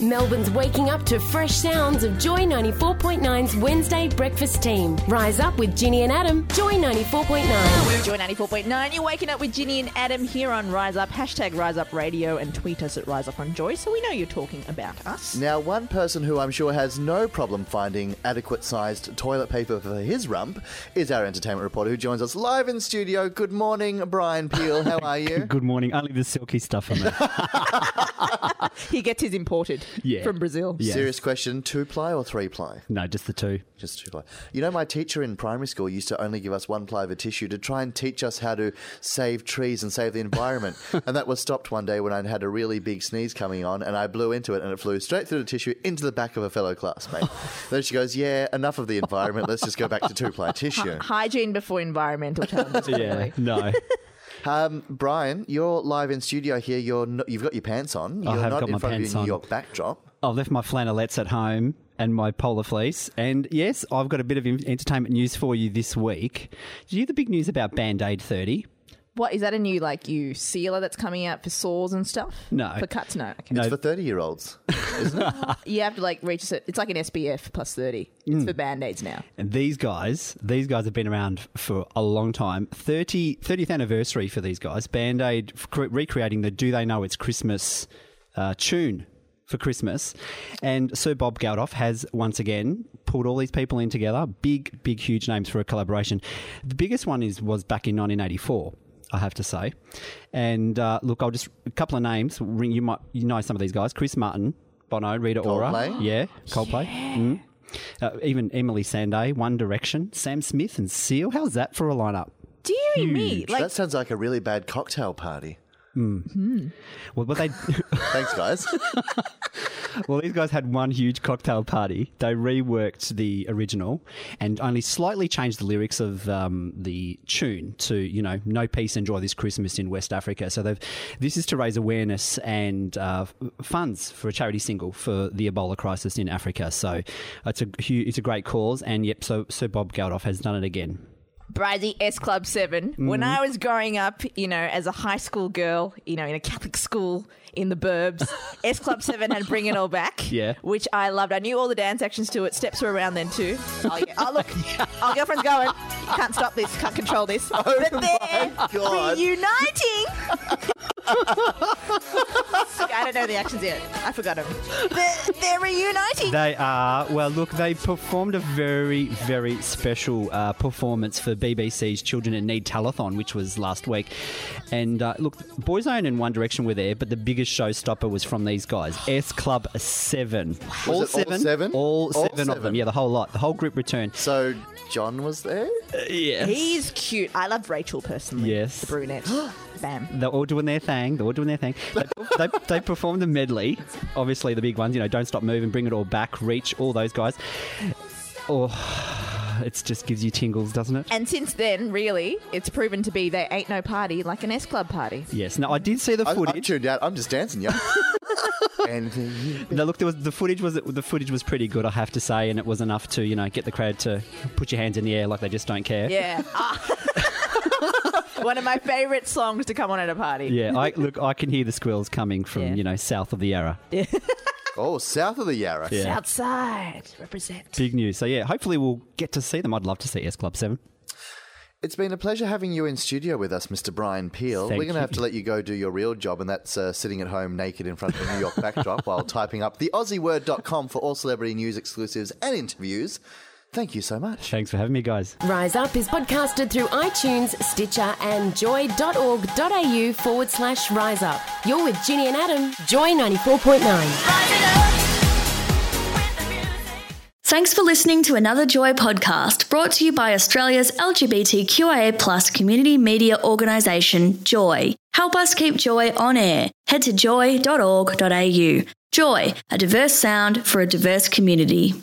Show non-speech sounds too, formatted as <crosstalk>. Melbourne's waking up to fresh sounds of Joy 94.9's Wednesday breakfast team. Rise up with Ginny and Adam, Joy 94.9. Joy 94.9, you're waking up with Ginny and Adam here on Rise Up. Hashtag Rise Up Radio and tweet us at Rise Up on Joy so we know you're talking about us. Now, one person who I'm sure has no problem finding adequate sized toilet paper for his rump is our entertainment reporter who joins us live in studio. Good morning, Brian Peel. How are you? Good morning. Only the silky stuff on <laughs> there. He gets his imported Yeah. from Brazil. Yeah. Serious question two ply or three ply? no, just the two. Just two ply. You know, my teacher in primary school used to only give us one ply of a tissue to try and teach us how to save trees and save the environment. and that was stopped one day when I had a really big sneeze coming on and I blew into it and it flew straight through the tissue into the back of a fellow classmate. then she goes, Yeah, enough of the environment. Let's just go back to two ply tissue. Hygiene before environmental challenges. <laughs> Yeah. No. Um, Brian, you're live in studio here. You're no, you've got your pants on. You're have not got in my front of pants your New on. York backdrop. I've left my flannelettes at home and my polar fleece. And yes, I've got a bit of in- entertainment news for you this week. Did you hear the big news about Band Aid 30? What is that a new like you sealer that's coming out for sores and stuff? No. For cuts, no. Okay. It's No. for <laughs> thirty-year-olds. You have to like reach a cer- it's like an SPF plus thirty. Hmm. It's for band aids now. And these guys, these guys have been around for a long time. 30, 30th anniversary for these guys. Band Aid f- cre- recreating the Do They Know It's Christmas uh, tune for Christmas. And Sir Bob Geldof has once again pulled all these people in together. Big, big, huge names for a collaboration. The biggest one is was back in 1984. I have to say, and uh, look, I'll just a couple of names. Ring you might you know some of these guys: Chris Martin, Bono, Rita Ora, Coldplay? yeah, Coldplay, Mm. Uh, even Emily Sandé, One Direction, Sam Smith, and Seal. How's that for a lineup? Do you me? Like that sounds like a really bad cocktail party. Well, but they, <laughs> Thanks, guys. well, these guys had one huge cocktail party. They reworked the original and only slightly changed the lyrics of um, the tune to, you know, "No peace, enjoy this Christmas in West Africa." So they've, this is to raise awareness and uh, f- funds for a charity single for the Ebola crisis in Africa. So it's a hu- it's a great cause, and yep, so Sir Bob Geldof has done it again. Brizzy S Club 7. When Mm-hmm. I was growing up, you know, as a high school girl, you know, in a Catholic school in the <laughs> burbs, S Club 7 had Bring It All Back, Yeah. which I loved. I knew all the dance actions to it. Steps were around then too. Oh, yeah. oh <laughs> look, our girlfriend's going. Can't stop this, can't control this. Oh but they're God. <laughs> reuniting. I don't know the actions yet. I forgot them. They're, they're reuniting. They are. Well, look, they performed a very, very special uh, performance for BBC's Children in Need Telethon, which was last week. And uh, look, Boyzone and One Direction were there, but the biggest showstopper was from these guys S Club 7. Was it all seven? All All seven of seven. them. Yeah, the whole lot. The whole group returned. So John was there. Yes. He's cute. I love Rachel personally. Yes. The <gasps> brunette. Bam. they're all doing their thing. They're all doing their thing. They, they, they performed the medley. Obviously, the big ones, you know, Don't Stop Moving, Bring It All Back, Reach, all those guys. Oh, it just gives you tingles, doesn't it? And since then, really, it's proven to be they ain't no party like an S Club party. Yes. Now I did see the I, I footage. tuned out. I'm just dancing, <laughs> yeah. and Now look, there was the footage was the footage was pretty good, I have to say, and it was enough to you know get the crowd to put your hands in the air like they just don't care. Yeah. <laughs> Ah. <laughs> One of my favourite songs to come on at a party. Yeah, I look. I can hear the squeals coming from Yeah. you know south of the Yarra. oh, south of the Yarra. Yeah. Outside, represent. Big news. So yeah, hopefully we'll get to see them. I'd love to see S Club Seven. It's been a pleasure having you in studio with us, Mr. Brian Peel. Thank We're going to you. have to let you go do your real job, and that's uh, sitting at home naked in front of a New York backdrop while typing up the AussieWord.com for all celebrity news exclusives and interviews. Thank you so much. Thanks for having me, guys. Rise Up is podcasted through iTunes, Stitcher, and joy.org.au forward slash rise up. You're with Ginny and Adam, Joy 94.9. Thanks for listening to another Joy podcast brought to you by Australia's LGBTQIA plus community media organisation, Joy. Help us keep Joy on air. Head to joy.org.au. Joy, a diverse sound for a diverse community.